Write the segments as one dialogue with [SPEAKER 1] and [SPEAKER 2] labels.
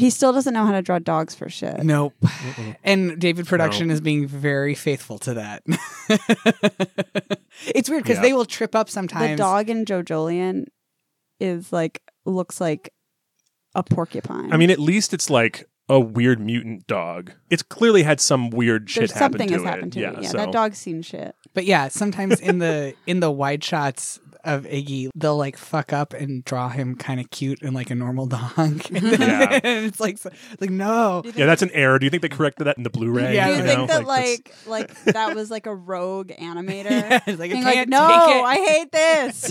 [SPEAKER 1] He still doesn't know how to draw dogs for shit.
[SPEAKER 2] Nope. And David Production is being very faithful to that. it's weird because
[SPEAKER 3] Yeah.
[SPEAKER 2] they will trip up
[SPEAKER 1] The
[SPEAKER 2] sometimes.
[SPEAKER 1] dog in Joe Jolian is like looks like a porcupine.
[SPEAKER 3] I mean, at least it's like a weird mutant dog. It's clearly had some weird shit
[SPEAKER 1] There's
[SPEAKER 3] happen
[SPEAKER 1] something
[SPEAKER 3] to
[SPEAKER 1] has
[SPEAKER 3] it.
[SPEAKER 1] happened to
[SPEAKER 3] yeah,
[SPEAKER 1] it. Yeah,
[SPEAKER 3] so
[SPEAKER 1] that dog's seen shit.
[SPEAKER 2] But yeah, sometimes in the in the wide shots of Iggy, they'll like fuck up and draw him kind of cute and like a normal dog. and then-
[SPEAKER 3] Yeah.
[SPEAKER 2] and it's like so- like no.
[SPEAKER 3] yeah, that's an error. Do you think they corrected that in the Blu-ray?
[SPEAKER 2] Yeah,
[SPEAKER 1] Do you
[SPEAKER 2] I
[SPEAKER 1] think
[SPEAKER 3] know,
[SPEAKER 1] that
[SPEAKER 3] that's-
[SPEAKER 1] like like that was like a rogue animator?
[SPEAKER 2] It's like, I
[SPEAKER 1] Being
[SPEAKER 2] can't
[SPEAKER 1] like,
[SPEAKER 2] take
[SPEAKER 1] no,
[SPEAKER 2] it."
[SPEAKER 1] I hate this.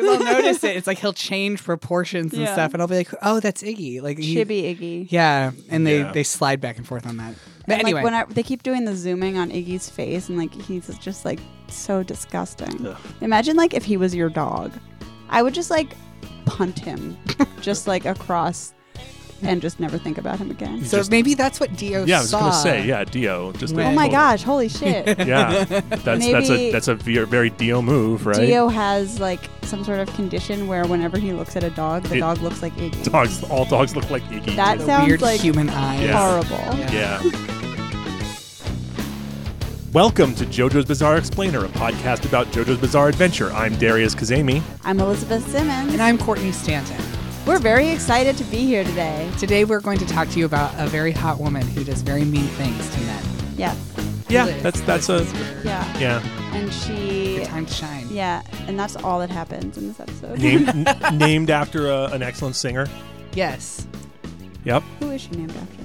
[SPEAKER 2] 'Cause I'll notice it. It's like he'll change proportions and
[SPEAKER 1] Yeah.
[SPEAKER 2] stuff, and I'll be like, "Oh, that's Iggy." Like he-
[SPEAKER 1] Chibi Iggy.
[SPEAKER 2] Yeah, and they
[SPEAKER 3] Yeah.
[SPEAKER 2] they slide back and forth on that. But
[SPEAKER 1] And,
[SPEAKER 2] anyway,
[SPEAKER 1] like when I, they keep doing the zooming on Iggy's face, and like he's just like so disgusting.
[SPEAKER 3] Ugh.
[SPEAKER 1] Imagine like if he was your dog, I would just like punt him, just like across, and just never think about him again.
[SPEAKER 2] so maybe that's what Dio
[SPEAKER 3] yeah, I was
[SPEAKER 2] saw.
[SPEAKER 3] gonna say, yeah, Dio. Just
[SPEAKER 2] When-
[SPEAKER 1] Oh my gosh! Holy shit!
[SPEAKER 3] Yeah, that's that's
[SPEAKER 1] Maybe-
[SPEAKER 3] a that's a ve- very Dio move, right?
[SPEAKER 1] Dio has like some sort of condition where whenever he looks at a dog, the
[SPEAKER 3] It-
[SPEAKER 1] dog looks like Iggy.
[SPEAKER 3] Dogs, all dogs look like Iggy.
[SPEAKER 1] That
[SPEAKER 2] The
[SPEAKER 1] sounds
[SPEAKER 2] weird
[SPEAKER 1] like
[SPEAKER 2] human eyes.
[SPEAKER 3] Yeah.
[SPEAKER 1] horrible.
[SPEAKER 3] Yeah. Welcome to JoJo's Bizarre Explainer, a podcast about JoJo's Bizarre Adventure. I'm Darius Kazemi.
[SPEAKER 1] I'm Elizabeth Simmons.
[SPEAKER 2] And I'm Courtney Stanton.
[SPEAKER 1] We're very excited to be here today.
[SPEAKER 2] Today we're going to talk to you about a very hot woman who does very mean things to men.
[SPEAKER 1] Yeah,
[SPEAKER 3] Yeah,
[SPEAKER 2] Liz.
[SPEAKER 3] that's that's a
[SPEAKER 1] yeah.
[SPEAKER 3] yeah
[SPEAKER 1] And she,
[SPEAKER 2] Good time to shine.
[SPEAKER 1] yeah, and that's all that happens in this episode.
[SPEAKER 3] named n- named after a, an excellent singer.
[SPEAKER 2] Yes.
[SPEAKER 3] Yep.
[SPEAKER 1] Who is she named after?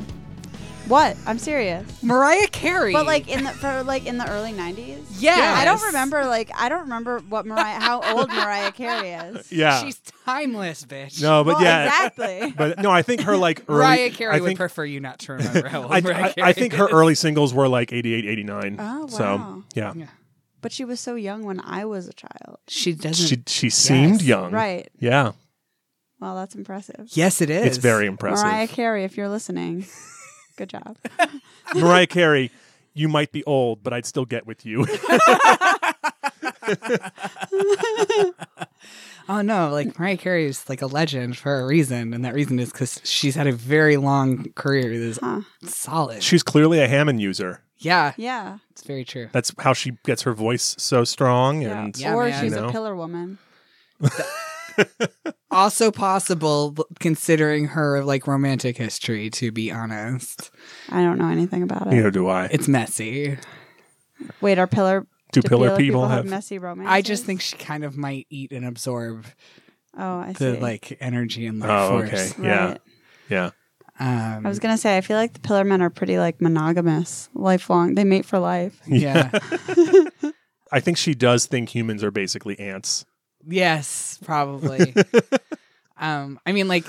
[SPEAKER 1] What? I'm serious.
[SPEAKER 2] Mariah Carey.
[SPEAKER 1] But like in the for like in the early '90s.
[SPEAKER 2] Yes.
[SPEAKER 1] I don't remember. Like I don't remember what Mariah, how old Mariah Carey is.
[SPEAKER 3] Yeah.
[SPEAKER 2] she's timeless, bitch.
[SPEAKER 3] no, but
[SPEAKER 1] Well,
[SPEAKER 3] yeah.
[SPEAKER 1] exactly.
[SPEAKER 3] But no, I think her like early.
[SPEAKER 2] Mariah Carey
[SPEAKER 3] I
[SPEAKER 2] would
[SPEAKER 3] think,
[SPEAKER 2] prefer you not to remember how old
[SPEAKER 3] I,
[SPEAKER 2] Mariah
[SPEAKER 3] I,
[SPEAKER 2] Carey
[SPEAKER 3] I think her
[SPEAKER 2] is.
[SPEAKER 3] early singles were like 88, 89.
[SPEAKER 1] Oh, wow.
[SPEAKER 3] So yeah,
[SPEAKER 2] Yeah.
[SPEAKER 1] But she was so young when I was a child.
[SPEAKER 2] She doesn't.
[SPEAKER 3] she she seemed
[SPEAKER 2] Yes.
[SPEAKER 3] young.
[SPEAKER 1] Right.
[SPEAKER 3] Yeah,
[SPEAKER 1] Well, that's impressive.
[SPEAKER 2] yes, it is.
[SPEAKER 3] it's very impressive.
[SPEAKER 1] Mariah Carey, if you're listening, good job.
[SPEAKER 3] Mariah Carey, you might be old, but I'd still get with you.
[SPEAKER 2] Oh no! Like Mariah Carey is like a legend for a reason, and that reason is because she's had a very long career that is
[SPEAKER 1] Huh.
[SPEAKER 2] solid.
[SPEAKER 3] She's clearly a Hammond user.
[SPEAKER 2] yeah,
[SPEAKER 1] Yeah.
[SPEAKER 2] it's very true.
[SPEAKER 3] That's how she gets her voice so strong.
[SPEAKER 1] Yeah.
[SPEAKER 3] And
[SPEAKER 2] Yeah,
[SPEAKER 1] or
[SPEAKER 2] man.
[SPEAKER 1] she's
[SPEAKER 3] You
[SPEAKER 1] a
[SPEAKER 3] know.
[SPEAKER 1] pillar woman.
[SPEAKER 2] Also possible, considering her like romantic history. To be honest,
[SPEAKER 1] I don't know anything about it.
[SPEAKER 3] neither do I.
[SPEAKER 2] it's messy.
[SPEAKER 1] Wait, are pillar
[SPEAKER 3] Do
[SPEAKER 1] do
[SPEAKER 3] pillar people have?
[SPEAKER 1] messy romances?
[SPEAKER 2] I just think she kind of might eat and absorb
[SPEAKER 1] Oh, I see.
[SPEAKER 2] the like energy and life
[SPEAKER 3] Oh,
[SPEAKER 2] force.
[SPEAKER 3] okay.
[SPEAKER 1] Right.
[SPEAKER 3] Yeah, yeah.
[SPEAKER 2] Um,
[SPEAKER 1] I was gonna say, I feel like the pillar men are pretty like monogamous, lifelong. They mate for life.
[SPEAKER 2] yeah.
[SPEAKER 3] I think she does think humans are basically ants.
[SPEAKER 2] yes, probably. um, I mean, like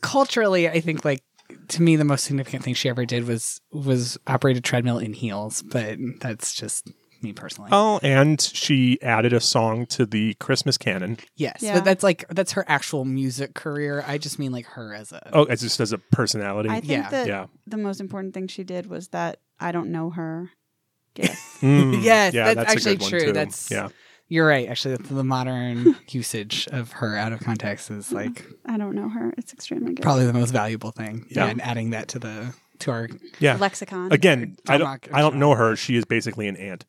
[SPEAKER 2] culturally, I think like to me the most significant thing she ever did was was operate a treadmill in heels, but that's just me personally.
[SPEAKER 3] Oh, and she added a song to the Christmas canon.
[SPEAKER 2] yes,
[SPEAKER 1] Yeah.
[SPEAKER 2] but that's like that's her actual music career. I just mean like her as a
[SPEAKER 3] Oh, it's just as a personality.
[SPEAKER 1] I think
[SPEAKER 2] Yeah.
[SPEAKER 1] that
[SPEAKER 3] yeah.
[SPEAKER 1] the most important thing she did was that I don't know her. Yes.
[SPEAKER 3] Mm,
[SPEAKER 2] Yes, that's
[SPEAKER 3] a
[SPEAKER 2] actually
[SPEAKER 3] good one,
[SPEAKER 2] true.
[SPEAKER 3] too.
[SPEAKER 2] That's-
[SPEAKER 3] yeah.
[SPEAKER 2] You're right. Actually, that's the modern usage of her out of context
[SPEAKER 1] Mm-hmm.
[SPEAKER 2] is like
[SPEAKER 1] I don't know her. It's extremely good.
[SPEAKER 2] probably the most valuable thing.
[SPEAKER 3] Yeah.
[SPEAKER 2] and adding that to the to our
[SPEAKER 3] Yeah.
[SPEAKER 1] Lexicon.
[SPEAKER 3] Again, I don't
[SPEAKER 2] Tomahawk or
[SPEAKER 3] I don't
[SPEAKER 2] something.
[SPEAKER 3] know her. She is basically an ant.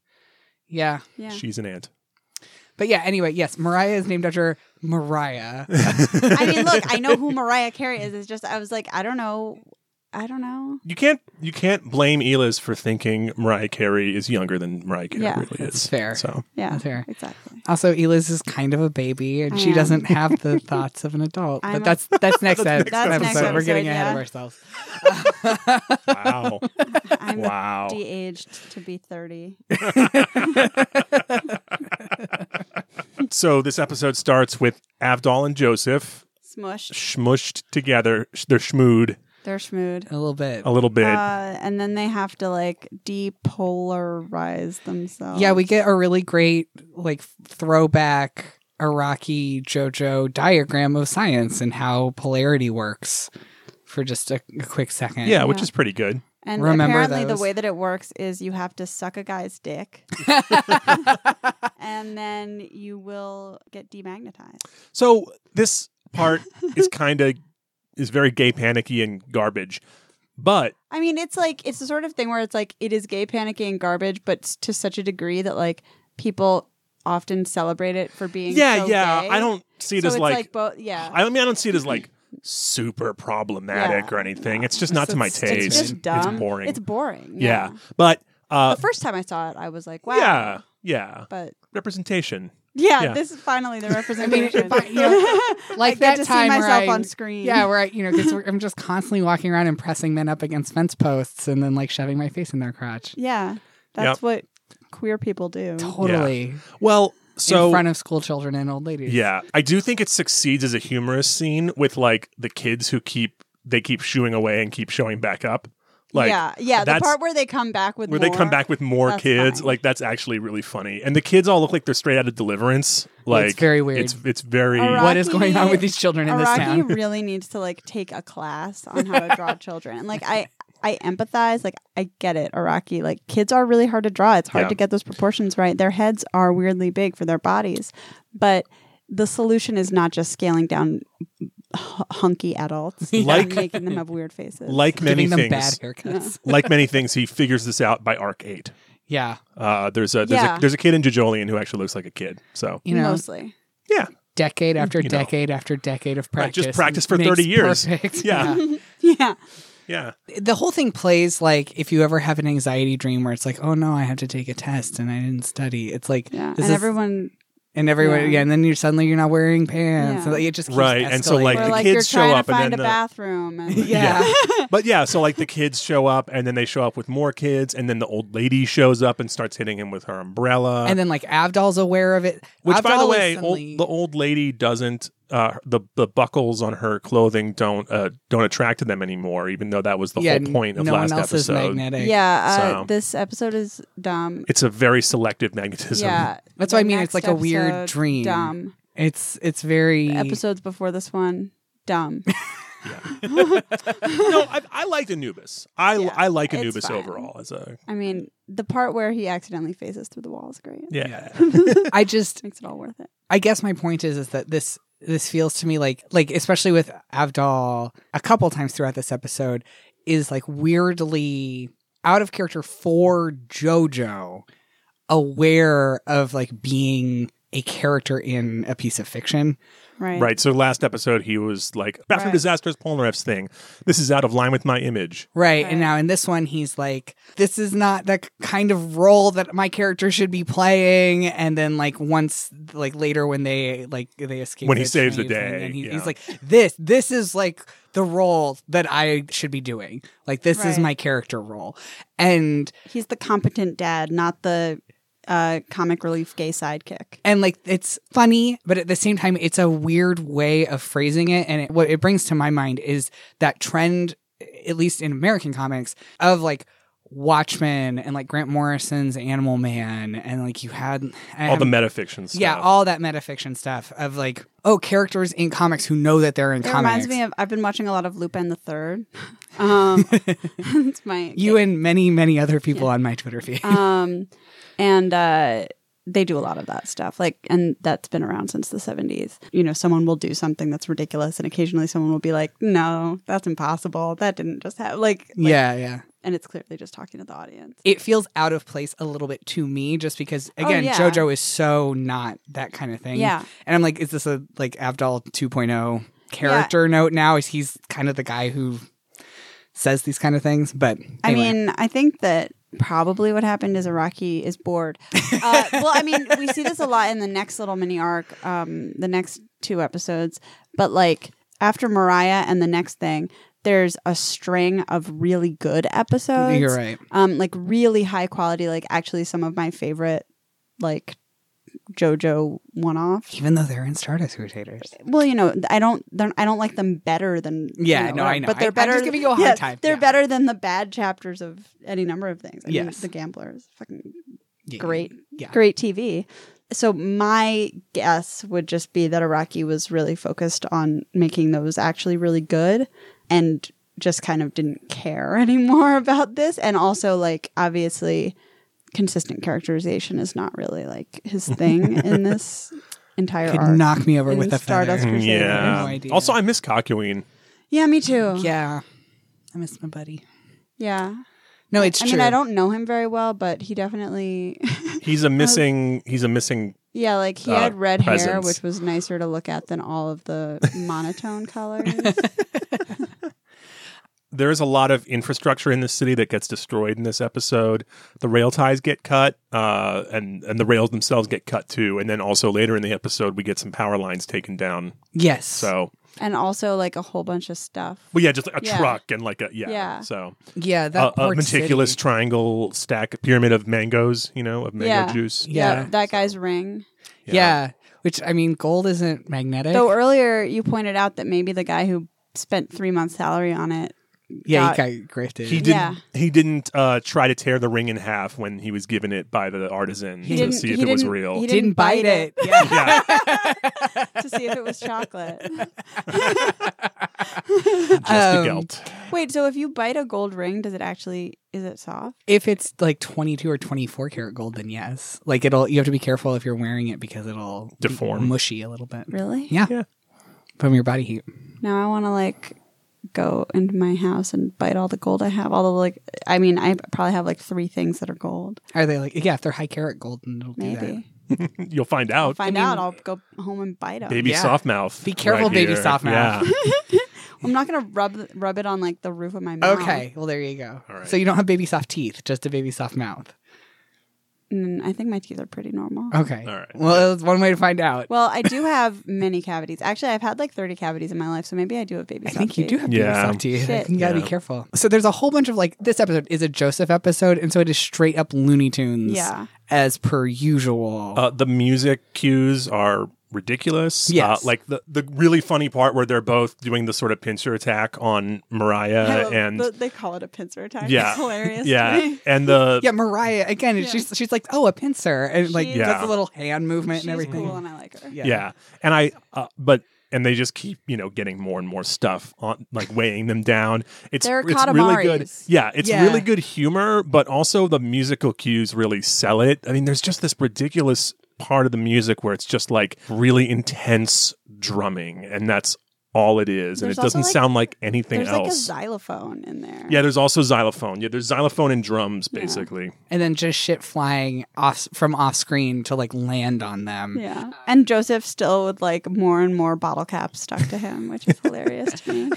[SPEAKER 2] yeah.
[SPEAKER 1] Yeah.
[SPEAKER 3] She's an ant.
[SPEAKER 2] But yeah, anyway, yes, Mariah is named after Mariah.
[SPEAKER 1] I mean, look, I know who Mariah Carey is. It's just I was like, I don't know. I don't know.
[SPEAKER 3] You can't you can't blame Elis for thinking Mariah Carey is younger than Mariah Carey
[SPEAKER 1] Yeah,
[SPEAKER 3] really
[SPEAKER 2] that's
[SPEAKER 3] is.
[SPEAKER 2] fair.
[SPEAKER 3] So
[SPEAKER 1] Yeah.
[SPEAKER 2] That's her.
[SPEAKER 1] Exactly.
[SPEAKER 2] Also, Eliz is kind of a baby, and
[SPEAKER 1] I
[SPEAKER 2] she
[SPEAKER 1] am.
[SPEAKER 2] doesn't have the thoughts of an adult.
[SPEAKER 1] I'm
[SPEAKER 2] But
[SPEAKER 1] a-
[SPEAKER 2] that's that's next, ep-
[SPEAKER 1] That's next
[SPEAKER 2] episode. We're
[SPEAKER 1] episode,
[SPEAKER 2] getting ahead of
[SPEAKER 1] yeah.
[SPEAKER 2] ourselves.
[SPEAKER 3] wow,
[SPEAKER 1] I'm
[SPEAKER 3] wow.
[SPEAKER 1] de-aged to be 30.
[SPEAKER 3] So this episode starts with Avdol and Joseph
[SPEAKER 1] Smushed.
[SPEAKER 3] smushed together. Sh- They're schmooed
[SPEAKER 1] They're schmooed.
[SPEAKER 2] A little bit.
[SPEAKER 3] a little bit.
[SPEAKER 1] Uh, and then they have to like depolarize themselves.
[SPEAKER 2] Yeah, we get a really great like throwback Iraqi JoJo diagram of science and how polarity works for just a, a quick second.
[SPEAKER 3] yeah, which
[SPEAKER 1] yeah.
[SPEAKER 3] is pretty good.
[SPEAKER 1] and
[SPEAKER 2] remember
[SPEAKER 1] apparently
[SPEAKER 2] those.
[SPEAKER 1] the way that it works is you have to suck a guy's dick, and then you will get demagnetized.
[SPEAKER 3] So this part is kind of is very gay panicky and garbage. But
[SPEAKER 1] I mean, it's like it's the sort of thing where it's like it is gay panicky and garbage, but s- to such a degree that like people often celebrate it for being
[SPEAKER 3] yeah,
[SPEAKER 1] so
[SPEAKER 3] yeah,
[SPEAKER 1] gay.
[SPEAKER 3] I don't see it
[SPEAKER 1] so
[SPEAKER 3] as
[SPEAKER 1] it's
[SPEAKER 3] like,
[SPEAKER 1] both yeah
[SPEAKER 3] I mean I don't see it as like super problematic
[SPEAKER 1] Yeah.
[SPEAKER 3] or anything. It's just not to my
[SPEAKER 2] It's- it's
[SPEAKER 3] taste.
[SPEAKER 1] it's just dumb
[SPEAKER 3] It's boring.
[SPEAKER 1] it's boring
[SPEAKER 3] yeah. But uh
[SPEAKER 1] the first time I saw it I was like wow
[SPEAKER 3] yeah, yeah.
[SPEAKER 1] but
[SPEAKER 3] Representation.
[SPEAKER 1] yeah,
[SPEAKER 3] Yeah.
[SPEAKER 1] this is finally the
[SPEAKER 2] I mean,
[SPEAKER 1] representation
[SPEAKER 2] if I, you know,
[SPEAKER 1] I
[SPEAKER 2] like that
[SPEAKER 1] get to
[SPEAKER 2] time
[SPEAKER 1] see
[SPEAKER 2] where
[SPEAKER 1] myself
[SPEAKER 2] I-
[SPEAKER 1] on screen
[SPEAKER 2] Yeah, where I, you know, because I'm just constantly walking around and pressing men up against fence posts and then like shoving my face in their crotch.
[SPEAKER 1] yeah that's what queer people do
[SPEAKER 2] Totally.
[SPEAKER 3] Well, so
[SPEAKER 2] in front of school children and old ladies.
[SPEAKER 3] Yeah, I do think it succeeds as a humorous scene with like the kids who keep they keep shooing away and keep showing back up. Like
[SPEAKER 1] yeah yeah the
[SPEAKER 3] that's-
[SPEAKER 1] part where they come back with
[SPEAKER 3] where they
[SPEAKER 1] more.
[SPEAKER 3] come back with more
[SPEAKER 1] That's
[SPEAKER 3] kids,
[SPEAKER 1] fine.
[SPEAKER 3] like that's actually really funny. And the kids all look like they're straight out of Deliverance. Like
[SPEAKER 2] very weird.
[SPEAKER 3] It's it's very
[SPEAKER 1] Alright.
[SPEAKER 2] What is going on
[SPEAKER 1] Rocky-
[SPEAKER 2] with these children in this
[SPEAKER 1] Araki
[SPEAKER 2] town?
[SPEAKER 1] really needs to like take a class on how to draw children. And, Like I I empathize, like I get it, Araki. Like kids are really hard to draw. It's hard
[SPEAKER 3] Yeah.
[SPEAKER 1] to get those proportions right. Their heads are weirdly big for their bodies. But the solution is not just scaling down h- hunky adults
[SPEAKER 3] Like-
[SPEAKER 1] and making them have weird faces.
[SPEAKER 3] like many
[SPEAKER 2] Giving them
[SPEAKER 3] things.
[SPEAKER 2] bad haircuts.
[SPEAKER 3] like many things, he figures this out by arc eight.
[SPEAKER 2] Yeah.
[SPEAKER 3] Uh, there's a there's,
[SPEAKER 1] Yeah.
[SPEAKER 3] a there's a kid in Jajolian who actually looks like a kid. So
[SPEAKER 2] You know,
[SPEAKER 1] mostly.
[SPEAKER 3] yeah,
[SPEAKER 2] decade after
[SPEAKER 3] know.
[SPEAKER 2] decade after decade of
[SPEAKER 3] Right,
[SPEAKER 2] practice.
[SPEAKER 3] just practice for
[SPEAKER 2] makes
[SPEAKER 3] 30 years.
[SPEAKER 2] perfect.
[SPEAKER 3] Yeah.
[SPEAKER 1] Yeah.
[SPEAKER 3] yeah,
[SPEAKER 2] The whole thing plays like if you ever have an anxiety dream where it's like, oh no, I have to take a test and I didn't study. It's like,
[SPEAKER 1] Yeah.
[SPEAKER 2] this
[SPEAKER 1] and
[SPEAKER 2] is-
[SPEAKER 1] everyone
[SPEAKER 2] and everyone, yeah.
[SPEAKER 1] Yeah.
[SPEAKER 2] and then you're suddenly you're not wearing pants.
[SPEAKER 1] Yeah.
[SPEAKER 2] Like, it just keeps
[SPEAKER 3] Right, and so,
[SPEAKER 2] escalating.
[SPEAKER 3] like,
[SPEAKER 1] or
[SPEAKER 3] the
[SPEAKER 1] like
[SPEAKER 3] kids show
[SPEAKER 1] you're trying
[SPEAKER 3] up
[SPEAKER 1] to
[SPEAKER 3] and
[SPEAKER 1] find
[SPEAKER 3] then
[SPEAKER 1] a
[SPEAKER 3] the-
[SPEAKER 1] bathroom and
[SPEAKER 2] yeah.
[SPEAKER 3] but yeah. So like the kids show up, and then they show up with more kids, and then the old lady shows up and starts hitting him with her umbrella.
[SPEAKER 2] and then like Avdol's aware of it.
[SPEAKER 3] Which, by the
[SPEAKER 2] Avdol is
[SPEAKER 3] way, old,
[SPEAKER 2] suddenly-
[SPEAKER 3] the old lady doesn't. Uh, the the buckles on her clothing don't uh, don't attract to them anymore, even though that was the
[SPEAKER 2] yeah,
[SPEAKER 3] whole point of
[SPEAKER 2] no
[SPEAKER 3] last
[SPEAKER 2] one else
[SPEAKER 3] episode.
[SPEAKER 2] Is magnetic.
[SPEAKER 1] Yeah, uh,
[SPEAKER 3] So.
[SPEAKER 1] this episode is dumb.
[SPEAKER 3] It's a very selective magnetism.
[SPEAKER 1] Yeah,
[SPEAKER 2] That's what I
[SPEAKER 1] The
[SPEAKER 2] mean, it's
[SPEAKER 1] next
[SPEAKER 2] like a weird
[SPEAKER 1] episode,
[SPEAKER 2] dream.
[SPEAKER 1] Dumb.
[SPEAKER 2] it's it's very
[SPEAKER 1] The episodes before this one dumb
[SPEAKER 3] no, I, I liked Anubis. I
[SPEAKER 1] Yeah,
[SPEAKER 3] I like
[SPEAKER 1] it's
[SPEAKER 3] Anubis
[SPEAKER 1] fine.
[SPEAKER 3] overall as a
[SPEAKER 1] i mean the part where he accidentally phases through the wall is great
[SPEAKER 3] yeah.
[SPEAKER 2] I just
[SPEAKER 1] makes it all worth it
[SPEAKER 2] I guess my point is is that this this feels to me like like especially with Avdol a couple times throughout this episode is like weirdly out of character for JoJo aware of like being a character in a piece of fiction.
[SPEAKER 1] right
[SPEAKER 3] Right. So last episode he was like back from
[SPEAKER 1] Right.
[SPEAKER 3] disastrous Polnareff's thing. This is out of line with my image.
[SPEAKER 2] Right. And
[SPEAKER 1] Right.
[SPEAKER 2] now in this one he's like this is not the kind of role that my character should be playing and then like once like later when they like they escape
[SPEAKER 3] When he saves the
[SPEAKER 2] train thing,
[SPEAKER 3] day,
[SPEAKER 2] and he-
[SPEAKER 3] yeah.
[SPEAKER 2] he's like this this is like the role that I should be doing. Like this is
[SPEAKER 1] Right.
[SPEAKER 2] my character role. And
[SPEAKER 1] he's the competent dad not the uh, comic relief gay sidekick
[SPEAKER 2] and like it's funny but at the same time it's a weird way of phrasing it and it, what it brings to my mind is that trend at least in american comics of like watchmen and like grant morrison's animal man and like you had I
[SPEAKER 3] All the
[SPEAKER 2] haven't-
[SPEAKER 3] metafiction stuff.
[SPEAKER 2] Um, yeah all that metafiction stuff of like oh characters in comics who know that they're in
[SPEAKER 1] it
[SPEAKER 2] comics
[SPEAKER 1] reminds me of i've been watching a lot of lupin the third um it's my
[SPEAKER 2] you and many many other people on my twitter feed
[SPEAKER 1] um and uh they do a lot of that stuff like and that's been around since the 70s you know someone will do something that's ridiculous and occasionally someone will be like no that's impossible that didn't just happen like, like-
[SPEAKER 2] yeah yeah
[SPEAKER 1] and it's clearly just talking to the audience
[SPEAKER 2] it feels out of place a little bit to me just because
[SPEAKER 1] Oh,
[SPEAKER 2] again
[SPEAKER 1] yeah.
[SPEAKER 2] jojo is so not that kind of thing
[SPEAKER 1] Yeah.
[SPEAKER 2] and i'm like is this a like avdol 2.0 character note now is he's kind of the guy who says these kind of things but
[SPEAKER 1] i
[SPEAKER 2] anyway.
[SPEAKER 1] mean i think that probably what happened is iraqi is bored uh, well i mean we see this a lot in the next little mini arc um the next two episodes but like after mariah and the next thing there's a string of really good episodes
[SPEAKER 2] you're right
[SPEAKER 1] um like really high quality like actually some of my favorite like jojo one-offs
[SPEAKER 2] even though they're in stardust rotators
[SPEAKER 1] well you know i don't they're, i don't like them better than you
[SPEAKER 2] Yeah, no,
[SPEAKER 1] whatever,
[SPEAKER 2] I know.
[SPEAKER 1] but
[SPEAKER 2] I-
[SPEAKER 1] they're
[SPEAKER 2] I'm
[SPEAKER 1] better
[SPEAKER 2] just giving you a hard
[SPEAKER 1] yeah,
[SPEAKER 2] time,
[SPEAKER 1] they're
[SPEAKER 2] yeah.
[SPEAKER 1] better than the bad chapters of any number of things I mean,
[SPEAKER 2] Yes.
[SPEAKER 1] the gambler is fucking
[SPEAKER 2] Yeah.
[SPEAKER 1] great
[SPEAKER 2] Yeah.
[SPEAKER 1] great tv so my guess would just be that iraqi was really focused on making those actually really good and just kind of didn't care anymore about this and also like obviously consistent characterization is not really like his thing in this entire
[SPEAKER 2] could
[SPEAKER 1] arc
[SPEAKER 2] knock me over
[SPEAKER 1] in
[SPEAKER 2] with a
[SPEAKER 1] Stardust
[SPEAKER 2] feather
[SPEAKER 1] Crusaders.
[SPEAKER 2] I have no
[SPEAKER 3] Yeah.
[SPEAKER 2] idea.
[SPEAKER 3] also, I miss Cockyween.
[SPEAKER 1] Yeah, me too. Yeah.
[SPEAKER 2] Yeah. I miss my buddy. No,
[SPEAKER 1] No,
[SPEAKER 2] it's
[SPEAKER 1] I
[SPEAKER 2] true.
[SPEAKER 1] mean, I don't know him very well, but he definitely,
[SPEAKER 3] He's a missing. He's a missing.
[SPEAKER 1] yeah, like he
[SPEAKER 3] Uh,
[SPEAKER 1] had red hair,
[SPEAKER 3] presence.
[SPEAKER 1] which was nicer to look at than all of the monotone colors.
[SPEAKER 3] There is a lot of infrastructure in this city that gets destroyed in this episode. The rail ties get cut, uh, and and the rails themselves get cut too. And then also later in the episode, we get some power lines taken down.
[SPEAKER 2] Yes.
[SPEAKER 3] So,
[SPEAKER 1] and also like a whole bunch of stuff.
[SPEAKER 3] well, yeah, just like a
[SPEAKER 1] Yeah.
[SPEAKER 3] truck and like a yeah.
[SPEAKER 1] Yeah.
[SPEAKER 3] So
[SPEAKER 2] yeah,
[SPEAKER 3] a,
[SPEAKER 2] that
[SPEAKER 3] a
[SPEAKER 2] port
[SPEAKER 3] meticulous
[SPEAKER 2] city.
[SPEAKER 3] triangle stack pyramid of mangoes. You know, of mango
[SPEAKER 1] Yeah.
[SPEAKER 3] juice.
[SPEAKER 1] Yeah,
[SPEAKER 2] Yeah.
[SPEAKER 1] that guy's ring.
[SPEAKER 2] Yeah. which I mean, gold isn't magnetic.
[SPEAKER 1] Though earlier you pointed out that maybe the guy who spent three months' salary on it,
[SPEAKER 2] yeah,
[SPEAKER 1] got-
[SPEAKER 2] he got grifted.
[SPEAKER 3] He
[SPEAKER 1] Yeah.
[SPEAKER 3] didn't. He didn't uh, try to tear the ring in half when he was given it by the artisan
[SPEAKER 1] He
[SPEAKER 3] to
[SPEAKER 1] didn't-
[SPEAKER 3] see if
[SPEAKER 1] he
[SPEAKER 3] it was
[SPEAKER 1] didn't-
[SPEAKER 3] real.
[SPEAKER 1] he
[SPEAKER 2] didn't, bite it. Yeah.
[SPEAKER 3] yeah,
[SPEAKER 1] to see if it was chocolate.
[SPEAKER 3] just a
[SPEAKER 2] Um,
[SPEAKER 3] gelt.
[SPEAKER 1] Wait, so if you bite a gold ring, does it actually is it soft?
[SPEAKER 2] if it's like 22 or 24 karat gold, then yes. Like it'll, you have to be careful if you're wearing it because it'll be
[SPEAKER 3] Deform.
[SPEAKER 2] mushy a little bit
[SPEAKER 1] Really?
[SPEAKER 2] Yeah.
[SPEAKER 3] Yeah.
[SPEAKER 2] from your body heat.
[SPEAKER 1] Now I want to like go into my house and bite all the gold I have. All the like, I mean, I probably have like three things that are gold.
[SPEAKER 2] Are they like, yeah, if they're high karat gold, then it'll do that.
[SPEAKER 1] Maybe
[SPEAKER 3] You'll find out.
[SPEAKER 1] find out. I'll go home and bite them.
[SPEAKER 3] Baby
[SPEAKER 2] Uh, Yeah.
[SPEAKER 3] softmouth.
[SPEAKER 2] Be careful, baby
[SPEAKER 3] here.
[SPEAKER 2] softmouth.
[SPEAKER 3] Yeah.
[SPEAKER 1] I'm not gonna rub rub it on like the roof of my mouth.
[SPEAKER 2] Okay, well there you go.
[SPEAKER 3] All right.
[SPEAKER 2] So you don't have baby soft teeth, just a baby soft mouth.
[SPEAKER 1] Mm, I think my teeth are pretty normal.
[SPEAKER 2] Okay.
[SPEAKER 3] All right.
[SPEAKER 2] Well, that's one way to find out.
[SPEAKER 1] Well, I do have many cavities. Actually, I've had like 30 cavities in my life, so maybe I do have baby.
[SPEAKER 2] I
[SPEAKER 1] soft
[SPEAKER 2] think you do
[SPEAKER 1] teeth.
[SPEAKER 2] have baby
[SPEAKER 3] Yeah.
[SPEAKER 2] soft teeth.
[SPEAKER 1] Shit.
[SPEAKER 2] You gotta
[SPEAKER 3] Yeah.
[SPEAKER 2] be careful. So there's a whole bunch of like this episode is a Joseph episode, and so it is straight up Looney Tunes.
[SPEAKER 1] Yeah.
[SPEAKER 2] As per usual.
[SPEAKER 3] Uh, the music cues are ridiculous.
[SPEAKER 2] Yes.
[SPEAKER 3] Uh, like the, the really funny part where they're both doing the sort of pincer attack on
[SPEAKER 1] I
[SPEAKER 3] Mariah
[SPEAKER 1] love-
[SPEAKER 3] and
[SPEAKER 1] but they call it a pincer attack.
[SPEAKER 3] yeah,
[SPEAKER 1] It's hilarious. to
[SPEAKER 3] yeah,
[SPEAKER 1] me.
[SPEAKER 3] and the
[SPEAKER 2] yeah, Mariah again.
[SPEAKER 1] Yeah.
[SPEAKER 2] She's she's like, oh, a pincer, and like
[SPEAKER 1] She-
[SPEAKER 2] does
[SPEAKER 3] Yeah.
[SPEAKER 2] a little hand movement
[SPEAKER 1] she's
[SPEAKER 2] and everything.
[SPEAKER 1] cool, and I like her.
[SPEAKER 3] yeah. and I uh, but. And they just keep, you know, getting more and more stuff on, like weighing them down. It's
[SPEAKER 1] They're
[SPEAKER 3] it's really good.
[SPEAKER 1] catamaris.
[SPEAKER 3] Yeah, it's
[SPEAKER 2] Yeah.
[SPEAKER 3] really good humor, but also the musical cues really sell it. I mean, there's just this ridiculous part of the music where it's just like really intense drumming, and that's all it is, and
[SPEAKER 1] There's
[SPEAKER 3] it doesn't
[SPEAKER 1] also, like-
[SPEAKER 3] sound like anything
[SPEAKER 1] There's like a
[SPEAKER 3] else.
[SPEAKER 1] xylophone in there.
[SPEAKER 3] yeah, there's also xylophone. Yeah, there's xylophone and drums basically.
[SPEAKER 2] and then just shit flying off from off screen to like land on them.
[SPEAKER 1] Yeah. And Joseph still with like more and more bottle caps stuck to him, which is hilarious to me.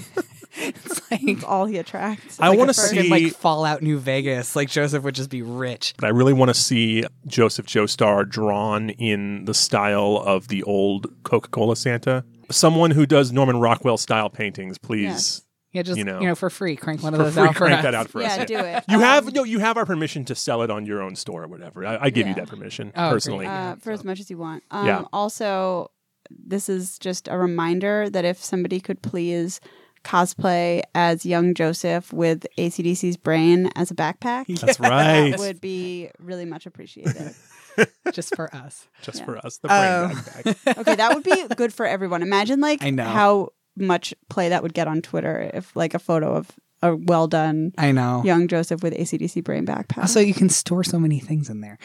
[SPEAKER 2] It's like
[SPEAKER 1] It's all he attracts.
[SPEAKER 3] I
[SPEAKER 1] Like a
[SPEAKER 3] wanna
[SPEAKER 1] bird.
[SPEAKER 3] see-
[SPEAKER 2] freaking like Fallout New Vegas. Like Joseph would just be rich.
[SPEAKER 3] But I really want to see Joseph Joestar drawn in the style of the old Coca-Cola Santa. Someone who does Norman Rockwell style paintings, please.
[SPEAKER 1] Yes.
[SPEAKER 2] Yeah, just
[SPEAKER 3] You
[SPEAKER 2] you
[SPEAKER 3] know.
[SPEAKER 2] know, for free, crank one of
[SPEAKER 3] For
[SPEAKER 2] those
[SPEAKER 3] free,
[SPEAKER 2] out. for
[SPEAKER 3] crank
[SPEAKER 2] us.
[SPEAKER 3] that out for us.
[SPEAKER 1] Yeah, do it.
[SPEAKER 3] You
[SPEAKER 1] Um,
[SPEAKER 3] have no, you have our permission to sell it on your own store or whatever. I, I give you
[SPEAKER 1] Yeah.
[SPEAKER 3] that permission
[SPEAKER 2] Oh, great.
[SPEAKER 3] personally.
[SPEAKER 1] uh, for as much as you want. Um,
[SPEAKER 3] Yeah.
[SPEAKER 1] Also, this is just a reminder that if somebody could please cosplay as young Joseph with ACDC's brain as a backpack,
[SPEAKER 3] That's right.
[SPEAKER 1] that would be really much appreciated.
[SPEAKER 2] just for us.
[SPEAKER 3] Just
[SPEAKER 1] yeah. Oh.
[SPEAKER 3] for us, the brain
[SPEAKER 2] Um,
[SPEAKER 3] backpack.
[SPEAKER 1] okay, that would be good for everyone. Imagine like
[SPEAKER 2] I know.
[SPEAKER 1] how much play that would get on Twitter if like a photo of a well done
[SPEAKER 2] I know.
[SPEAKER 1] young Joseph with ACDC brain backpack.
[SPEAKER 2] Also, you can store so many things in there.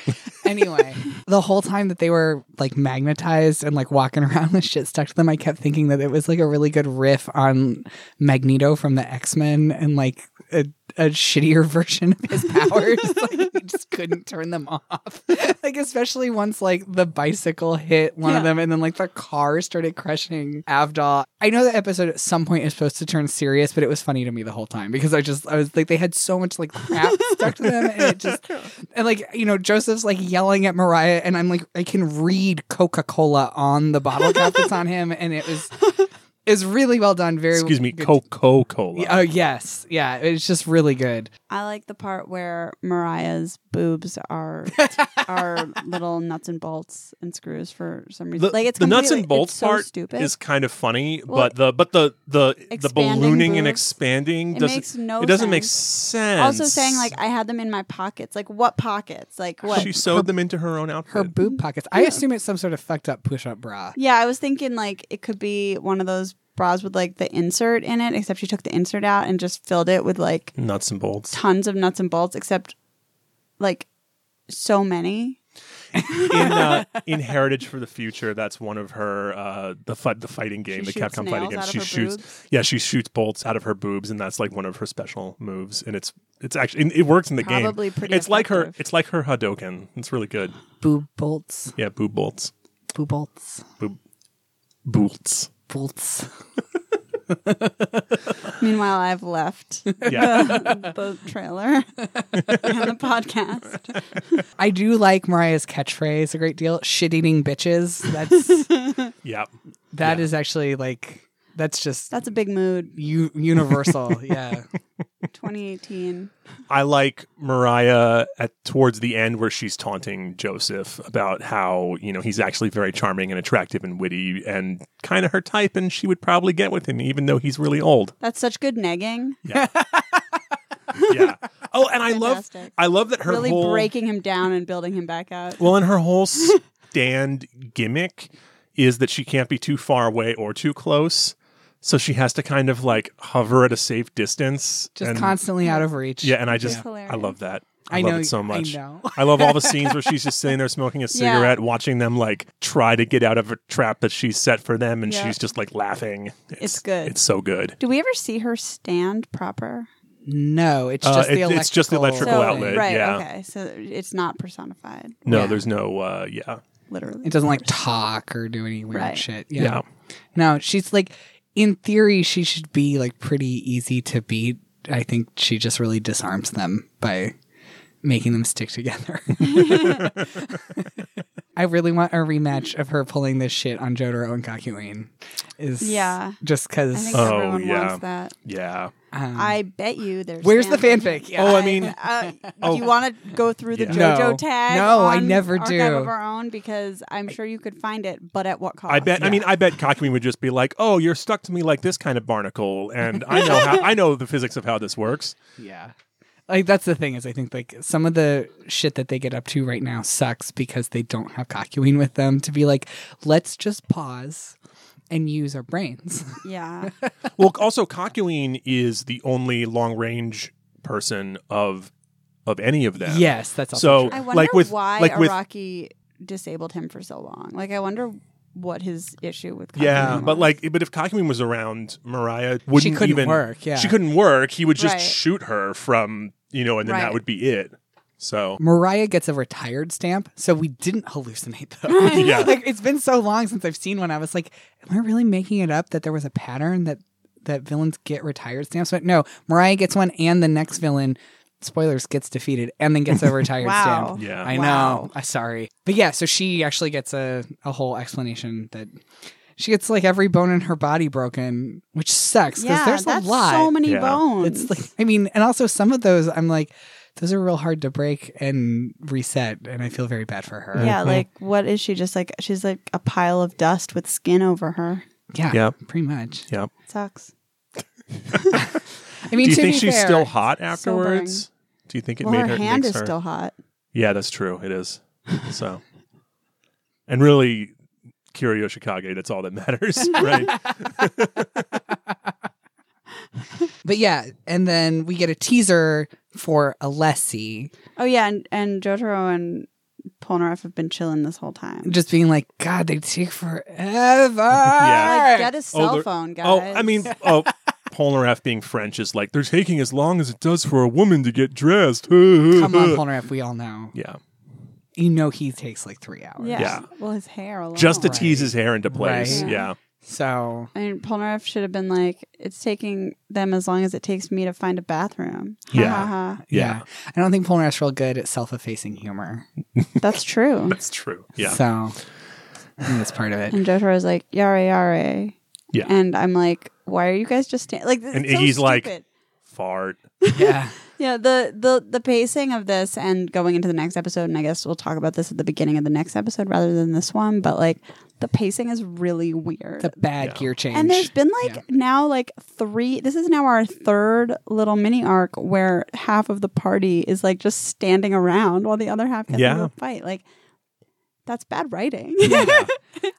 [SPEAKER 2] anyway, the whole time that they were like magnetized and like walking around with shit stuck to them, I kept thinking that it was like a really good riff on Magneto from the X Men and like a, a shittier version of his powers. like, he just couldn't turn them off. like, especially once like the bicycle hit one
[SPEAKER 1] Yeah.
[SPEAKER 2] of them and then like the car started crushing Avdol. I know the episode at some point is supposed to turn serious, but it was funny to me the whole time because I just I was like they had so much like crap stuck to them and it just and like you know Joseph's like yelling at Mariah and I'm like I can read Coca Cola on the bottle cap that's on him and it was is really well done. Very
[SPEAKER 3] Excuse me,
[SPEAKER 2] good-
[SPEAKER 3] Coca-Cola.
[SPEAKER 2] Oh yes, yeah, it's just really good.
[SPEAKER 1] I like the part where Mariah's boobs are are little nuts and bolts and screws for some reason.
[SPEAKER 3] The,
[SPEAKER 1] like it's
[SPEAKER 3] the nuts
[SPEAKER 1] completely-
[SPEAKER 3] and bolts
[SPEAKER 1] it's so
[SPEAKER 3] part
[SPEAKER 1] stupid.
[SPEAKER 3] is kind of funny,
[SPEAKER 1] Well,
[SPEAKER 3] but the but the the the
[SPEAKER 1] expanding
[SPEAKER 3] ballooning and
[SPEAKER 1] boobs,
[SPEAKER 3] expanding
[SPEAKER 1] it
[SPEAKER 3] doesn't
[SPEAKER 1] makes no
[SPEAKER 3] it doesn't make
[SPEAKER 1] sense.
[SPEAKER 3] sense.
[SPEAKER 1] also saying like I had them in my pockets. Like what pockets? Like what?
[SPEAKER 3] she sewed them into her own outfit.
[SPEAKER 2] Her boob pockets. I assume it's some sort of fucked up push up bra.
[SPEAKER 1] yeah, I was thinking like it could be one of those bras with like the insert in it, except she took the insert out and just filled it with like
[SPEAKER 3] Nuts and bolts.
[SPEAKER 1] tons of nuts and bolts, except like so many.
[SPEAKER 3] in uh, in Heritage for the Future, that's one of her uh, the fi- the fighting game,
[SPEAKER 1] She
[SPEAKER 3] the
[SPEAKER 1] shoots
[SPEAKER 3] Capcom
[SPEAKER 1] nails
[SPEAKER 3] fighting game.
[SPEAKER 1] out of
[SPEAKER 3] She
[SPEAKER 1] her
[SPEAKER 3] shoots,
[SPEAKER 1] boobs?
[SPEAKER 3] yeah, she shoots bolts out of her boobs, and that's like one of her special moves. And it's it's actually and it works in the
[SPEAKER 1] Probably
[SPEAKER 3] game.
[SPEAKER 1] pretty
[SPEAKER 3] It's like her
[SPEAKER 1] effective.
[SPEAKER 3] it's like her Hadoken. It's really good.
[SPEAKER 2] Boob bolts.
[SPEAKER 3] Yeah, boob bolts,
[SPEAKER 2] Boob bolts.
[SPEAKER 3] boob bolts.
[SPEAKER 2] Bolts.
[SPEAKER 1] Meanwhile, I've left
[SPEAKER 3] Yeah,
[SPEAKER 1] the trailer and the podcast.
[SPEAKER 2] I do like Mariah's catchphrase a great deal. Shit eating bitches. That's
[SPEAKER 3] yeah.
[SPEAKER 2] that is actually like that's just
[SPEAKER 1] That's a big mood.
[SPEAKER 2] u- universal. yeah.
[SPEAKER 1] 2018.
[SPEAKER 3] I like Mariah at towards the end where she's taunting Joseph about how, you know, he's actually very charming and attractive and witty and kind of her type and she would probably get with him even though he's really old.
[SPEAKER 1] That's such good negging.
[SPEAKER 3] Yeah. oh, and I love
[SPEAKER 1] Fantastic.
[SPEAKER 3] I love that her
[SPEAKER 1] really
[SPEAKER 3] whole
[SPEAKER 1] breaking him down and building him back out.
[SPEAKER 3] Well, and her whole stand gimmick is that she can't be too far away or too close. So she has to kind of like hover at a safe distance.
[SPEAKER 2] Just
[SPEAKER 3] and,
[SPEAKER 2] constantly out of reach.
[SPEAKER 3] Yeah, and I just
[SPEAKER 1] That's
[SPEAKER 3] I
[SPEAKER 1] hilarious.
[SPEAKER 3] love that. I,
[SPEAKER 2] I,
[SPEAKER 3] love
[SPEAKER 2] know
[SPEAKER 3] it so much.
[SPEAKER 2] I know.
[SPEAKER 3] I love all the scenes where she's just sitting there smoking a cigarette, watching them like try to get out of a trap that she's set for them, and
[SPEAKER 1] Yeah.
[SPEAKER 3] she's just like laughing. It's,
[SPEAKER 1] good.
[SPEAKER 3] It's so good.
[SPEAKER 1] Do we ever see her stand proper?
[SPEAKER 2] No, it's
[SPEAKER 3] Uh,
[SPEAKER 2] just the
[SPEAKER 3] it-
[SPEAKER 2] electrical.
[SPEAKER 3] it's just the electrical
[SPEAKER 1] so,
[SPEAKER 3] outlet,
[SPEAKER 1] Right.
[SPEAKER 3] yeah.
[SPEAKER 1] Okay. So it's not personified,
[SPEAKER 3] No,
[SPEAKER 2] Yeah.
[SPEAKER 3] there's no. uh Yeah,
[SPEAKER 1] literally.
[SPEAKER 2] It doesn't like talk or do any weird
[SPEAKER 1] Right.
[SPEAKER 2] shit.
[SPEAKER 3] yeah.
[SPEAKER 2] Yeah. No, she's like in theory she should be like pretty easy to beat. I think she just really disarms them by making them stick together. I really want a rematch of her pulling this shit on Jotaro and Kakuin. Is
[SPEAKER 1] Yeah.
[SPEAKER 2] just
[SPEAKER 1] I
[SPEAKER 2] because.
[SPEAKER 1] think
[SPEAKER 3] Oh,
[SPEAKER 1] everyone
[SPEAKER 3] yeah.
[SPEAKER 1] wants that.
[SPEAKER 3] yeah.
[SPEAKER 1] I bet you there's.
[SPEAKER 2] where's the
[SPEAKER 1] standing.
[SPEAKER 2] fanfic? Yeah.
[SPEAKER 3] Oh, I mean,
[SPEAKER 1] Uh,
[SPEAKER 3] Oh.
[SPEAKER 1] Do you want to go through the
[SPEAKER 3] Yeah.
[SPEAKER 1] JoJo
[SPEAKER 2] No.
[SPEAKER 1] tag?
[SPEAKER 2] No, I
[SPEAKER 1] on
[SPEAKER 2] never
[SPEAKER 1] Archive
[SPEAKER 2] do.
[SPEAKER 1] Of our own, because I'm sure you could find it, but at what cost?
[SPEAKER 3] I bet. I mean, I bet Cockman would just be like, "Oh, you're stuck to me like this kind of barnacle," and I know how. I know the physics of how this works.
[SPEAKER 2] Yeah. Like that's the thing is I think like some of the shit that they get up to right now sucks because they don't have cocuine with them to be like, let's just pause and use our brains.
[SPEAKER 1] Yeah.
[SPEAKER 3] Well, also Cockman is the only long range person of of any of them.
[SPEAKER 2] yes, that's
[SPEAKER 3] So-
[SPEAKER 2] also
[SPEAKER 1] I
[SPEAKER 2] true.
[SPEAKER 1] wonder
[SPEAKER 3] Like with-
[SPEAKER 1] why
[SPEAKER 3] like with-
[SPEAKER 1] Araki disabled him for so long. Like, I wonder what his issue with.
[SPEAKER 3] Yeah,
[SPEAKER 1] Kakyoin
[SPEAKER 3] but
[SPEAKER 1] was.
[SPEAKER 3] like, but if Kakumin was around, Mariah wouldn't
[SPEAKER 2] couldn't
[SPEAKER 3] even
[SPEAKER 2] work, yeah.
[SPEAKER 3] she couldn't work. He would just
[SPEAKER 1] Right.
[SPEAKER 3] shoot her from you know, and then that
[SPEAKER 1] Right.
[SPEAKER 3] would be it. So
[SPEAKER 2] Mariah gets a retired stamp, so we didn't hallucinate though.
[SPEAKER 3] Yeah.
[SPEAKER 2] Like it's been so long since I've seen one. I was like, am I really making it up that there was a pattern that that villains get retired stamps? But no, Mariah gets one and the next villain spoilers gets defeated and then gets a retired
[SPEAKER 1] Wow.
[SPEAKER 2] stamp.
[SPEAKER 3] yeah,
[SPEAKER 2] I
[SPEAKER 1] Wow.
[SPEAKER 2] know. I'm sorry. But yeah, so she actually gets a, a whole explanation that she gets like every bone in her body broken, which sucks because
[SPEAKER 1] yeah,
[SPEAKER 2] there's
[SPEAKER 1] that's
[SPEAKER 2] a lot.
[SPEAKER 1] so many
[SPEAKER 3] Yeah.
[SPEAKER 1] bones.
[SPEAKER 2] It's like, I mean, and also some of those, I'm like, those are real hard to break and reset. And I feel very bad for her.
[SPEAKER 3] Mm-hmm.
[SPEAKER 1] yeah, like what is she? Just like she's like a pile of dust with skin over her.
[SPEAKER 2] Yeah.
[SPEAKER 3] Yeah.
[SPEAKER 2] Pretty much.
[SPEAKER 3] yeah.
[SPEAKER 1] Sucks.
[SPEAKER 2] I mean,
[SPEAKER 3] Do
[SPEAKER 2] to
[SPEAKER 3] you think
[SPEAKER 2] be
[SPEAKER 3] she's
[SPEAKER 2] fair-
[SPEAKER 3] still hot afterwards?
[SPEAKER 1] Sobering.
[SPEAKER 3] Do you think it
[SPEAKER 1] well,
[SPEAKER 3] made
[SPEAKER 1] her
[SPEAKER 3] her
[SPEAKER 1] hand is
[SPEAKER 3] makes her-
[SPEAKER 1] still hot.
[SPEAKER 3] Yeah, that's true. It is. So, and really, Kiryu Shikage. That's all that matters, right?
[SPEAKER 2] But yeah. And then we get a teaser for Alessi
[SPEAKER 1] Oh yeah, and and Jotaro and Polnareff have been chilling this whole time.
[SPEAKER 2] just being like, God, they take forever.
[SPEAKER 1] Like, get his
[SPEAKER 3] Oh,
[SPEAKER 1] cell
[SPEAKER 3] they're-
[SPEAKER 1] phone, guys.
[SPEAKER 3] Oh, I mean, oh, Polnareff being French is like they're taking as long as it does for a woman to get dressed.
[SPEAKER 2] Come on, Polnareff. We all know.
[SPEAKER 3] Yeah,
[SPEAKER 2] You know he takes like three hours.
[SPEAKER 1] yeah.
[SPEAKER 3] yeah.
[SPEAKER 1] Well, his hair alone.
[SPEAKER 3] just to
[SPEAKER 2] Right.
[SPEAKER 3] tease his hair into place.
[SPEAKER 1] Right.
[SPEAKER 3] Yeah.
[SPEAKER 2] So
[SPEAKER 1] I mean, Polnareff should have been like, "It's taking them as long as it takes me to find a bathroom." Ha,
[SPEAKER 3] Yeah.
[SPEAKER 1] ha, ha.
[SPEAKER 3] Yeah.
[SPEAKER 2] yeah. I don't think Polnareff's real good at self-effacing humor.
[SPEAKER 1] that's true.
[SPEAKER 3] That's true. Yeah.
[SPEAKER 2] So I think that's part of it.
[SPEAKER 1] And Jotaro's like, "Yare, yare."
[SPEAKER 3] Yeah.
[SPEAKER 1] And I'm like, "Why are you guys just standing?" Like,
[SPEAKER 3] And
[SPEAKER 1] it's so
[SPEAKER 3] Iggy's like-
[SPEAKER 1] stupid.
[SPEAKER 3] Fart.
[SPEAKER 2] yeah.
[SPEAKER 1] Yeah, the, the the pacing of this and going into the next episode, and I guess we'll talk about this at the beginning of the next episode rather than this one, but like the pacing is really weird.
[SPEAKER 2] The bad gear change.
[SPEAKER 1] and there's been like
[SPEAKER 2] Yeah.
[SPEAKER 1] now like three this is now our third little mini arc where half of the party is like just standing around while the other half gets
[SPEAKER 3] Yeah.
[SPEAKER 1] into a fight. Like that's bad writing.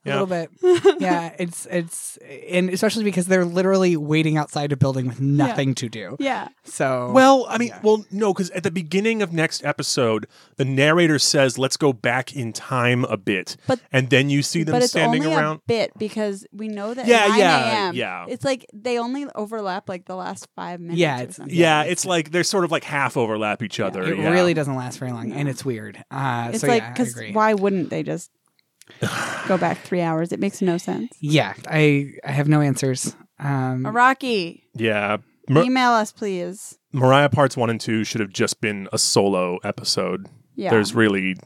[SPEAKER 3] Yeah.
[SPEAKER 2] a little bit. yeah, it's it's and especially because they're literally waiting outside a building with nothing to do.
[SPEAKER 1] yeah.
[SPEAKER 2] So
[SPEAKER 3] Well, I mean, well, no, because at the beginning of next episode, the narrator says, "Let's go back in time a bit,"
[SPEAKER 1] But-
[SPEAKER 3] and then you see them
[SPEAKER 1] but it's
[SPEAKER 3] standing
[SPEAKER 1] only
[SPEAKER 3] around.
[SPEAKER 1] a bit because we know that
[SPEAKER 3] Yeah,
[SPEAKER 1] yeah, 9
[SPEAKER 3] yeah,
[SPEAKER 1] a.m.
[SPEAKER 3] yeah.
[SPEAKER 1] It's like they only overlap like the last five minutes.
[SPEAKER 2] Yeah,
[SPEAKER 1] or
[SPEAKER 2] it's-
[SPEAKER 1] something.
[SPEAKER 3] yeah, it's like they're sort of like half overlap each other.
[SPEAKER 2] it
[SPEAKER 3] yeah.
[SPEAKER 2] really doesn't last very long, and it's weird. Uh,
[SPEAKER 1] It's
[SPEAKER 2] so
[SPEAKER 1] like
[SPEAKER 2] yeah, I
[SPEAKER 1] because
[SPEAKER 2] agree.
[SPEAKER 1] why wouldn't they just go back three hours? It makes no sense.
[SPEAKER 2] yeah, I I have no answers. Um,
[SPEAKER 1] Rocky,
[SPEAKER 3] yeah. Mar-
[SPEAKER 1] email us please.
[SPEAKER 3] Mariah parts one and two should have just been a solo episode.
[SPEAKER 1] Yeah,
[SPEAKER 3] There's really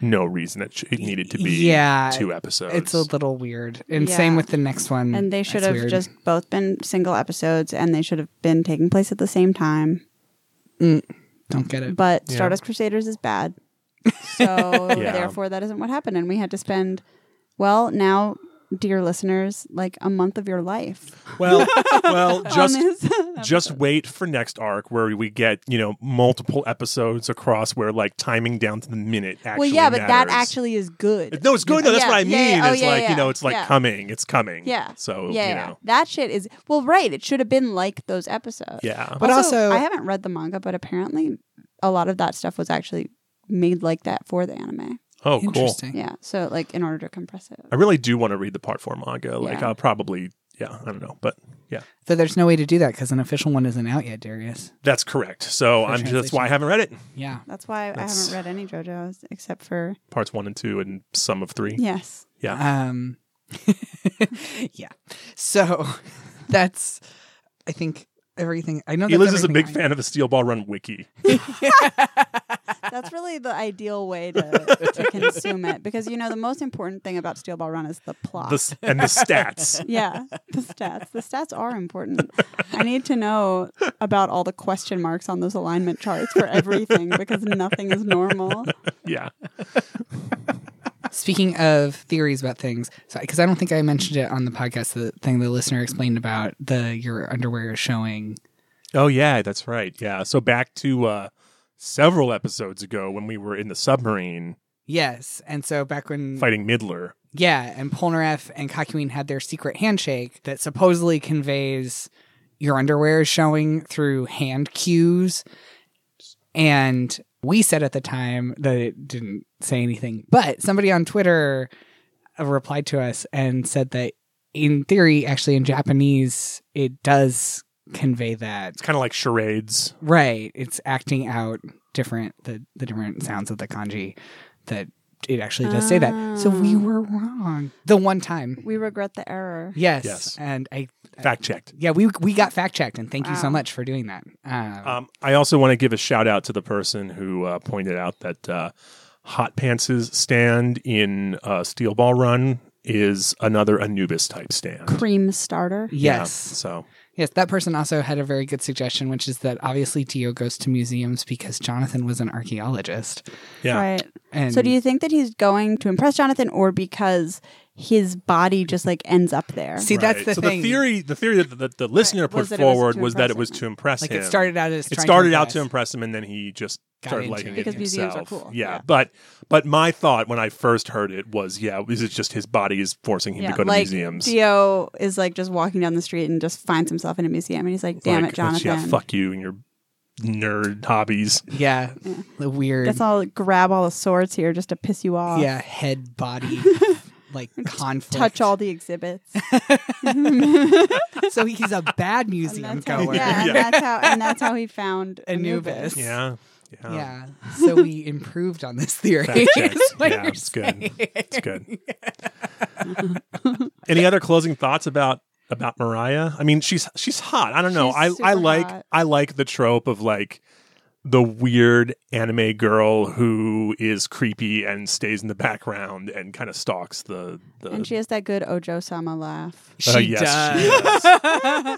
[SPEAKER 3] no reason it, sh- it needed to be
[SPEAKER 2] Yeah,
[SPEAKER 3] two episodes.
[SPEAKER 2] it's a little weird, and
[SPEAKER 1] Yeah.
[SPEAKER 2] same with the next
[SPEAKER 3] Mm-hmm.
[SPEAKER 2] one.
[SPEAKER 1] and they should
[SPEAKER 2] That's
[SPEAKER 1] have
[SPEAKER 2] weird.
[SPEAKER 1] just both been single episodes, and they should have been taking place at the same time.
[SPEAKER 2] don't get it.
[SPEAKER 1] But
[SPEAKER 3] Yeah.
[SPEAKER 1] Stardust Crusaders is bad, so
[SPEAKER 3] Yeah.
[SPEAKER 1] therefore that isn't what happened, and we had to spend well now. Dear listeners, like a month of your life.
[SPEAKER 3] well, well, just
[SPEAKER 1] on this.
[SPEAKER 3] just wait for next arc where we get you know multiple episodes across where like timing down to the minute.
[SPEAKER 1] well,
[SPEAKER 3] Actually
[SPEAKER 1] yeah, but that
[SPEAKER 3] matters.
[SPEAKER 1] actually is good.
[SPEAKER 3] No, it's good. No, that's
[SPEAKER 1] Yeah,
[SPEAKER 3] what I mean.
[SPEAKER 1] yeah, yeah. Oh,
[SPEAKER 3] it's
[SPEAKER 1] yeah,
[SPEAKER 3] like
[SPEAKER 1] yeah,
[SPEAKER 3] you know, it's like
[SPEAKER 1] yeah.
[SPEAKER 3] coming. It's coming.
[SPEAKER 1] Yeah.
[SPEAKER 3] So
[SPEAKER 1] yeah,
[SPEAKER 3] you
[SPEAKER 1] yeah.
[SPEAKER 3] know,
[SPEAKER 1] that shit is well, right. It should have been like those episodes.
[SPEAKER 3] yeah.
[SPEAKER 2] But also-
[SPEAKER 1] I haven't read the manga, but apparently, a lot of that stuff was actually made like that for the anime.
[SPEAKER 3] oh, cool.
[SPEAKER 2] Interesting.
[SPEAKER 1] Yeah, so like in order to compress it.
[SPEAKER 3] I really do want to read the part four manga. Like
[SPEAKER 1] Yeah.
[SPEAKER 3] I'll probably, yeah, I don't know, but yeah,
[SPEAKER 2] Though there's no way to do that because an official one isn't out yet, Darius.
[SPEAKER 3] that's correct. So
[SPEAKER 2] For
[SPEAKER 3] I'm that's why I haven't read it.
[SPEAKER 2] Yeah.
[SPEAKER 1] That's why
[SPEAKER 3] That's-
[SPEAKER 1] I haven't read any JoJo's except for
[SPEAKER 3] Parts one and two and some of three.
[SPEAKER 1] yes.
[SPEAKER 3] Yeah.
[SPEAKER 2] Um, yeah. So that's, I think, everything. I know. that's
[SPEAKER 3] Eliz is a big
[SPEAKER 2] everything
[SPEAKER 3] fan of the Steel Ball Run wiki.
[SPEAKER 1] That's really the ideal way to, to consume it because you know the most important thing about Steel Ball Run is the plot.
[SPEAKER 3] The, s- and the stats.
[SPEAKER 1] yeah, the stats. The stats are important. I need to know about all the question marks on those alignment charts for everything because nothing is normal.
[SPEAKER 3] Yeah.
[SPEAKER 2] I- Speaking of theories about things, because I don't think I mentioned it on the podcast, the thing the listener explained about the your underwear is showing.
[SPEAKER 3] Oh yeah, that's right. Yeah. So back to uh several episodes ago when we were in the submarine
[SPEAKER 2] Yes, and so back when
[SPEAKER 3] fighting Midler.
[SPEAKER 2] yeah, and Polnareff and Kakyoin had their secret handshake that supposedly conveys your underwear is showing through hand cues. And we said at the time that it didn't say anything, but somebody on Twitter uh, replied to us and said that in theory, actually in Japanese, it does convey that.
[SPEAKER 3] It's kind of like charades.
[SPEAKER 2] Right. It's acting out different the, the different sounds of the kanji that it actually does say that. So we
[SPEAKER 1] Oh.
[SPEAKER 2] were wrong. The one time.
[SPEAKER 1] We regret the error.
[SPEAKER 2] Yes.
[SPEAKER 3] Yes.
[SPEAKER 2] And I
[SPEAKER 3] Fact checked.
[SPEAKER 2] yeah, we we got fact checked and thank you so
[SPEAKER 1] Wow.
[SPEAKER 2] much for doing that. Um,
[SPEAKER 3] Um, I also want to give a shout out to the person who uh, pointed out that uh, Hot Pants' stand in uh, Steel Ball Run is another Anubis type stand.
[SPEAKER 1] Cream starter.
[SPEAKER 3] Yeah,
[SPEAKER 2] yes.
[SPEAKER 3] so
[SPEAKER 2] Yes, that person also had a very good suggestion, which is that obviously Dio goes to museums because Jonathan was an archaeologist.
[SPEAKER 3] yeah,
[SPEAKER 1] Right.
[SPEAKER 2] And
[SPEAKER 1] So do you think that he's going to impress Jonathan or because his body just like ends up there?
[SPEAKER 2] see that's
[SPEAKER 3] Right.
[SPEAKER 2] the
[SPEAKER 3] so
[SPEAKER 2] thing.
[SPEAKER 3] the theory the theory that the, the listener
[SPEAKER 1] Right,
[SPEAKER 3] put
[SPEAKER 1] was that it was
[SPEAKER 3] forward
[SPEAKER 1] to
[SPEAKER 3] was that it
[SPEAKER 1] impress
[SPEAKER 3] was
[SPEAKER 1] him.
[SPEAKER 3] to impress
[SPEAKER 2] like
[SPEAKER 3] him.
[SPEAKER 2] it started out as
[SPEAKER 3] It
[SPEAKER 2] trying
[SPEAKER 3] started out to
[SPEAKER 2] impress.
[SPEAKER 3] impress him, and then he just
[SPEAKER 2] Got
[SPEAKER 3] started
[SPEAKER 2] into
[SPEAKER 3] liking
[SPEAKER 2] it.
[SPEAKER 3] it
[SPEAKER 1] Because museums
[SPEAKER 3] himself.
[SPEAKER 1] are cool.
[SPEAKER 3] Yeah.
[SPEAKER 1] Yeah.
[SPEAKER 3] but but my thought when I first heard it was, yeah, is it just his body is forcing him to go to
[SPEAKER 1] like
[SPEAKER 3] museums?
[SPEAKER 1] Dio is like just walking down the street and just finds himself in a museum and he's like, "Damn
[SPEAKER 3] Like,
[SPEAKER 1] it,
[SPEAKER 3] let's-
[SPEAKER 1] Jonathan!
[SPEAKER 3] Yeah, fuck you and your nerd hobbies.
[SPEAKER 2] Yeah, the weird.
[SPEAKER 1] Guess I'll grab all the swords here just to piss you off.
[SPEAKER 2] yeah, head body like conflict.
[SPEAKER 1] touch all the exhibits."
[SPEAKER 2] So he's a bad
[SPEAKER 1] And
[SPEAKER 2] museum
[SPEAKER 1] that's how,
[SPEAKER 2] goer.
[SPEAKER 1] yeah, and
[SPEAKER 3] Yeah.
[SPEAKER 1] that's how and that's how he found Anubis.
[SPEAKER 2] Anubis.
[SPEAKER 3] Yeah,
[SPEAKER 2] Yeah. So we improved on this theory.
[SPEAKER 3] Oh. Fact checked.
[SPEAKER 2] is what
[SPEAKER 3] Yeah,
[SPEAKER 2] you're
[SPEAKER 3] it's good.
[SPEAKER 2] saying.
[SPEAKER 3] It's good. Any other closing thoughts about about Mariah? I mean, she's she's hot. I don't know.
[SPEAKER 1] She's
[SPEAKER 3] I I
[SPEAKER 1] super
[SPEAKER 3] like
[SPEAKER 1] hot.
[SPEAKER 3] I like the trope of like the weird anime girl who is creepy and stays in the background and kind of stalks the the
[SPEAKER 1] And she has that good Ojo Sama laugh.
[SPEAKER 2] She
[SPEAKER 3] Uh, yes, she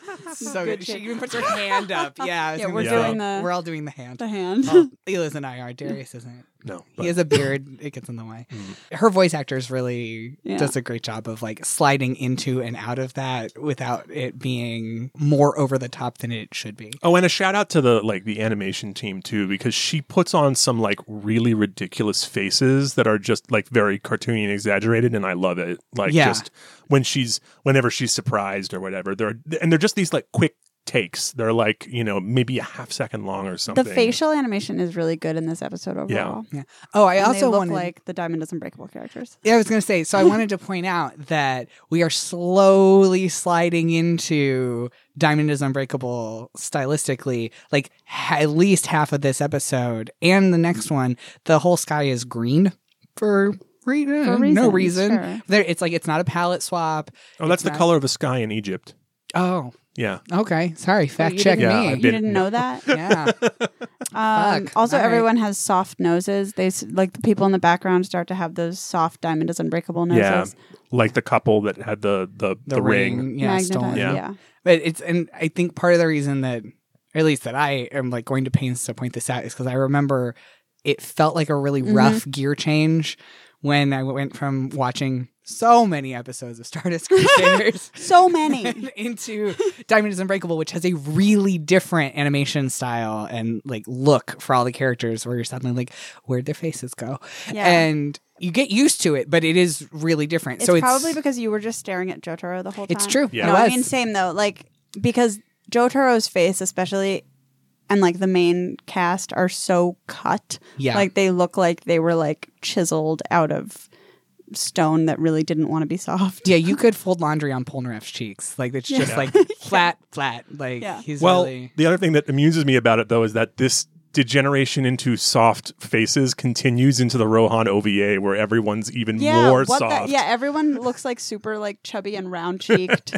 [SPEAKER 2] does. so
[SPEAKER 1] Good
[SPEAKER 2] good. She
[SPEAKER 1] shit.
[SPEAKER 2] even puts her hand up. Yeah. I was
[SPEAKER 1] Yeah,
[SPEAKER 2] gonna
[SPEAKER 1] we're
[SPEAKER 2] say,
[SPEAKER 3] doing
[SPEAKER 1] the-
[SPEAKER 2] We're all doing the hand.
[SPEAKER 1] The hand.
[SPEAKER 2] Well, Eliz and I are. Darius isn't.
[SPEAKER 3] No.
[SPEAKER 2] He
[SPEAKER 3] But, Mm.
[SPEAKER 2] has a beard. it gets in the way. Her voice actors really
[SPEAKER 1] Yeah.
[SPEAKER 2] does a great job of like sliding into and out of that without it being more over the top than it should be.
[SPEAKER 3] oh, and a shout out to the like the animation team too, because she puts on some like really ridiculous faces that are just like very cartoony and exaggerated, and I love it. Like
[SPEAKER 2] Yeah.
[SPEAKER 3] just when she's whenever she's surprised or whatever, they're and they're just these like quick takes. They're like you know maybe a half second long or something.
[SPEAKER 1] The facial animation is really good in this episode overall.
[SPEAKER 2] Yeah. Oh, I
[SPEAKER 1] And they
[SPEAKER 2] also
[SPEAKER 1] look
[SPEAKER 2] wanted
[SPEAKER 1] like the Diamond is Unbreakable characters.
[SPEAKER 2] Yeah, I was going to say. So I wanted to point out that we are slowly sliding into Diamond is Unbreakable stylistically. Like ha- at least half of this episode and the next one, the whole sky is green for, re- uh,
[SPEAKER 1] For
[SPEAKER 2] no
[SPEAKER 1] reasons,
[SPEAKER 2] reason.
[SPEAKER 1] sure.
[SPEAKER 2] There, it's like it's not a palette swap.
[SPEAKER 3] Oh, that's the
[SPEAKER 2] Exact-
[SPEAKER 3] color of the sky in Egypt.
[SPEAKER 2] Oh,
[SPEAKER 3] Yeah.
[SPEAKER 2] okay. Sorry, fact
[SPEAKER 1] you
[SPEAKER 2] check
[SPEAKER 1] didn't-
[SPEAKER 3] Yeah, I
[SPEAKER 2] me.
[SPEAKER 1] You
[SPEAKER 3] didn't
[SPEAKER 1] didn't know that?
[SPEAKER 2] yeah.
[SPEAKER 1] Um,
[SPEAKER 2] Fuck.
[SPEAKER 1] also,
[SPEAKER 2] All right.
[SPEAKER 1] everyone has soft noses. They s- like the people in the background start to have those soft diamond is unbreakable
[SPEAKER 3] Yeah.
[SPEAKER 1] noses.
[SPEAKER 3] Like the couple that had the the, the, ring.
[SPEAKER 2] Yeah,
[SPEAKER 1] Magnetized.
[SPEAKER 2] stolen.
[SPEAKER 3] Yeah.
[SPEAKER 2] But it's and I think part of the reason that or at least that I am like going to pains to point this out is because I remember it felt like a
[SPEAKER 1] Mm-hmm.
[SPEAKER 2] really rough gear change when I went from watching so many episodes of Stardust Crusaders
[SPEAKER 1] So many.
[SPEAKER 2] into Diamond is Unbreakable, which has a really different animation style and like look for all the characters where you're suddenly like, where'd their faces go?
[SPEAKER 1] Yeah.
[SPEAKER 2] And you get used to it, but it is really different.
[SPEAKER 1] it's
[SPEAKER 2] so it's
[SPEAKER 1] probably because you were just staring at Jotaro the whole time.
[SPEAKER 2] it's true.
[SPEAKER 3] Yeah.
[SPEAKER 2] It
[SPEAKER 1] No, I
[SPEAKER 2] was.
[SPEAKER 1] mean same though. Like because Jotaro's face, especially, and like the main cast are so cut.
[SPEAKER 2] Yeah.
[SPEAKER 1] like they look like they were like chiseled out of stone that really didn't want to be soft.
[SPEAKER 2] Yeah, you could fold laundry on Polnareff's cheeks. Like it's just like flat, flat. Like
[SPEAKER 1] Yeah.
[SPEAKER 2] he's
[SPEAKER 3] Well,
[SPEAKER 2] really
[SPEAKER 3] the other thing that amuses me about it though is that this degeneration into soft faces continues into the Rohan OVA where everyone's even more
[SPEAKER 1] what the-
[SPEAKER 3] soft.
[SPEAKER 1] yeah, everyone looks like super like chubby and round cheeked.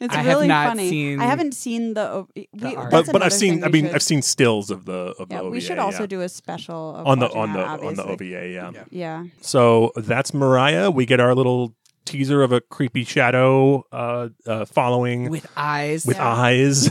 [SPEAKER 1] It's
[SPEAKER 2] I have
[SPEAKER 1] really
[SPEAKER 2] not
[SPEAKER 1] funny.
[SPEAKER 2] seen
[SPEAKER 1] I haven't seen the. o- We, that's
[SPEAKER 2] art.
[SPEAKER 3] But, but
[SPEAKER 1] another
[SPEAKER 3] I've
[SPEAKER 1] thing
[SPEAKER 3] seen
[SPEAKER 1] we
[SPEAKER 3] I mean
[SPEAKER 1] should-
[SPEAKER 3] I've seen stills of the of
[SPEAKER 1] Yeah,
[SPEAKER 3] the OVA.
[SPEAKER 1] we should also
[SPEAKER 3] yeah.
[SPEAKER 1] do a special of
[SPEAKER 3] on the
[SPEAKER 1] watching
[SPEAKER 3] on the
[SPEAKER 1] that,
[SPEAKER 3] on the
[SPEAKER 1] obviously.
[SPEAKER 3] OVA, yeah.
[SPEAKER 2] Yeah.
[SPEAKER 1] Yeah,
[SPEAKER 3] So that's Mariah. We get our little teaser of a creepy shadow uh, uh following with,
[SPEAKER 2] with eyes.
[SPEAKER 1] Yeah.
[SPEAKER 3] eyes.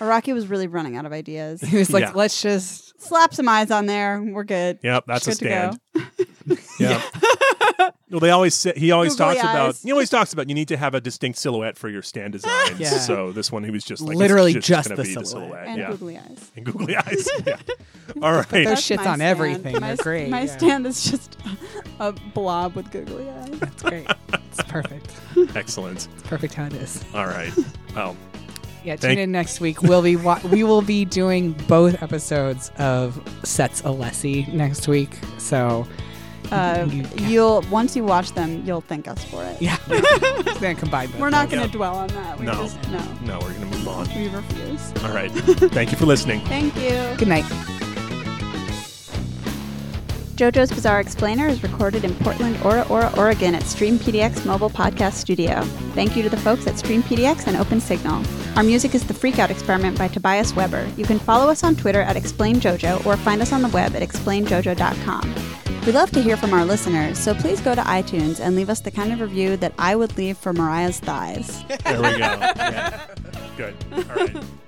[SPEAKER 1] Araki was really running out of ideas.
[SPEAKER 2] he was like,
[SPEAKER 3] Yeah.
[SPEAKER 2] let's just
[SPEAKER 1] Slap some eyes on there. We're good.
[SPEAKER 3] Yep, that's a
[SPEAKER 1] Good to go.
[SPEAKER 3] stand. Yeah. well, they always say, he always
[SPEAKER 1] Googly
[SPEAKER 3] talks about
[SPEAKER 1] eyes.
[SPEAKER 3] he always talks about you need to have a distinct silhouette for your stand designs.
[SPEAKER 2] Yeah.
[SPEAKER 3] So this one he was just like it's
[SPEAKER 2] Literally just
[SPEAKER 3] gonna
[SPEAKER 2] the
[SPEAKER 3] be
[SPEAKER 2] silhouette.
[SPEAKER 1] And
[SPEAKER 3] yeah.
[SPEAKER 1] googly eyes.
[SPEAKER 3] And googly eyes. Yeah. All right.
[SPEAKER 2] Those shits
[SPEAKER 1] my
[SPEAKER 2] on
[SPEAKER 1] stand.
[SPEAKER 2] everything
[SPEAKER 1] My,
[SPEAKER 2] are
[SPEAKER 1] s-
[SPEAKER 2] great,
[SPEAKER 1] My
[SPEAKER 2] yeah.
[SPEAKER 1] stand is just a blob with googly eyes.
[SPEAKER 2] it's great. It's perfect.
[SPEAKER 3] Excellent.
[SPEAKER 2] It's perfect how it is.
[SPEAKER 3] All right. Well,
[SPEAKER 2] Yeah, tune
[SPEAKER 3] Thank-
[SPEAKER 2] in next week. We'll be wa- we will be doing both episodes of Sets Alessi next week. So
[SPEAKER 1] Uh, you'll once you watch them, you'll thank us for it.
[SPEAKER 2] yeah, then combine both.
[SPEAKER 1] We're not going
[SPEAKER 3] Yeah.
[SPEAKER 1] to dwell on that. We
[SPEAKER 3] No.
[SPEAKER 1] just no.
[SPEAKER 3] no, we're gonna move on.
[SPEAKER 1] We refuse.
[SPEAKER 3] All right. Thank you for listening.
[SPEAKER 1] Thank you.
[SPEAKER 2] Good night.
[SPEAKER 1] JoJo's Bizarre Explainer is recorded in Portland, Ora Ora, Oregon at Stream PDX Mobile Podcast Studio. Thank you to the folks at Stream PDX and OpenSignal. Our music is The Freakout Experiment by Tobias Weber. You can follow us on Twitter at ExplainJojo or find us on the web at explainjojo.com. We love to hear from our listeners, so please go to iTunes and leave us the kind of review that I would leave for Mariah's thighs.
[SPEAKER 3] There we go. Yeah. Good. All right.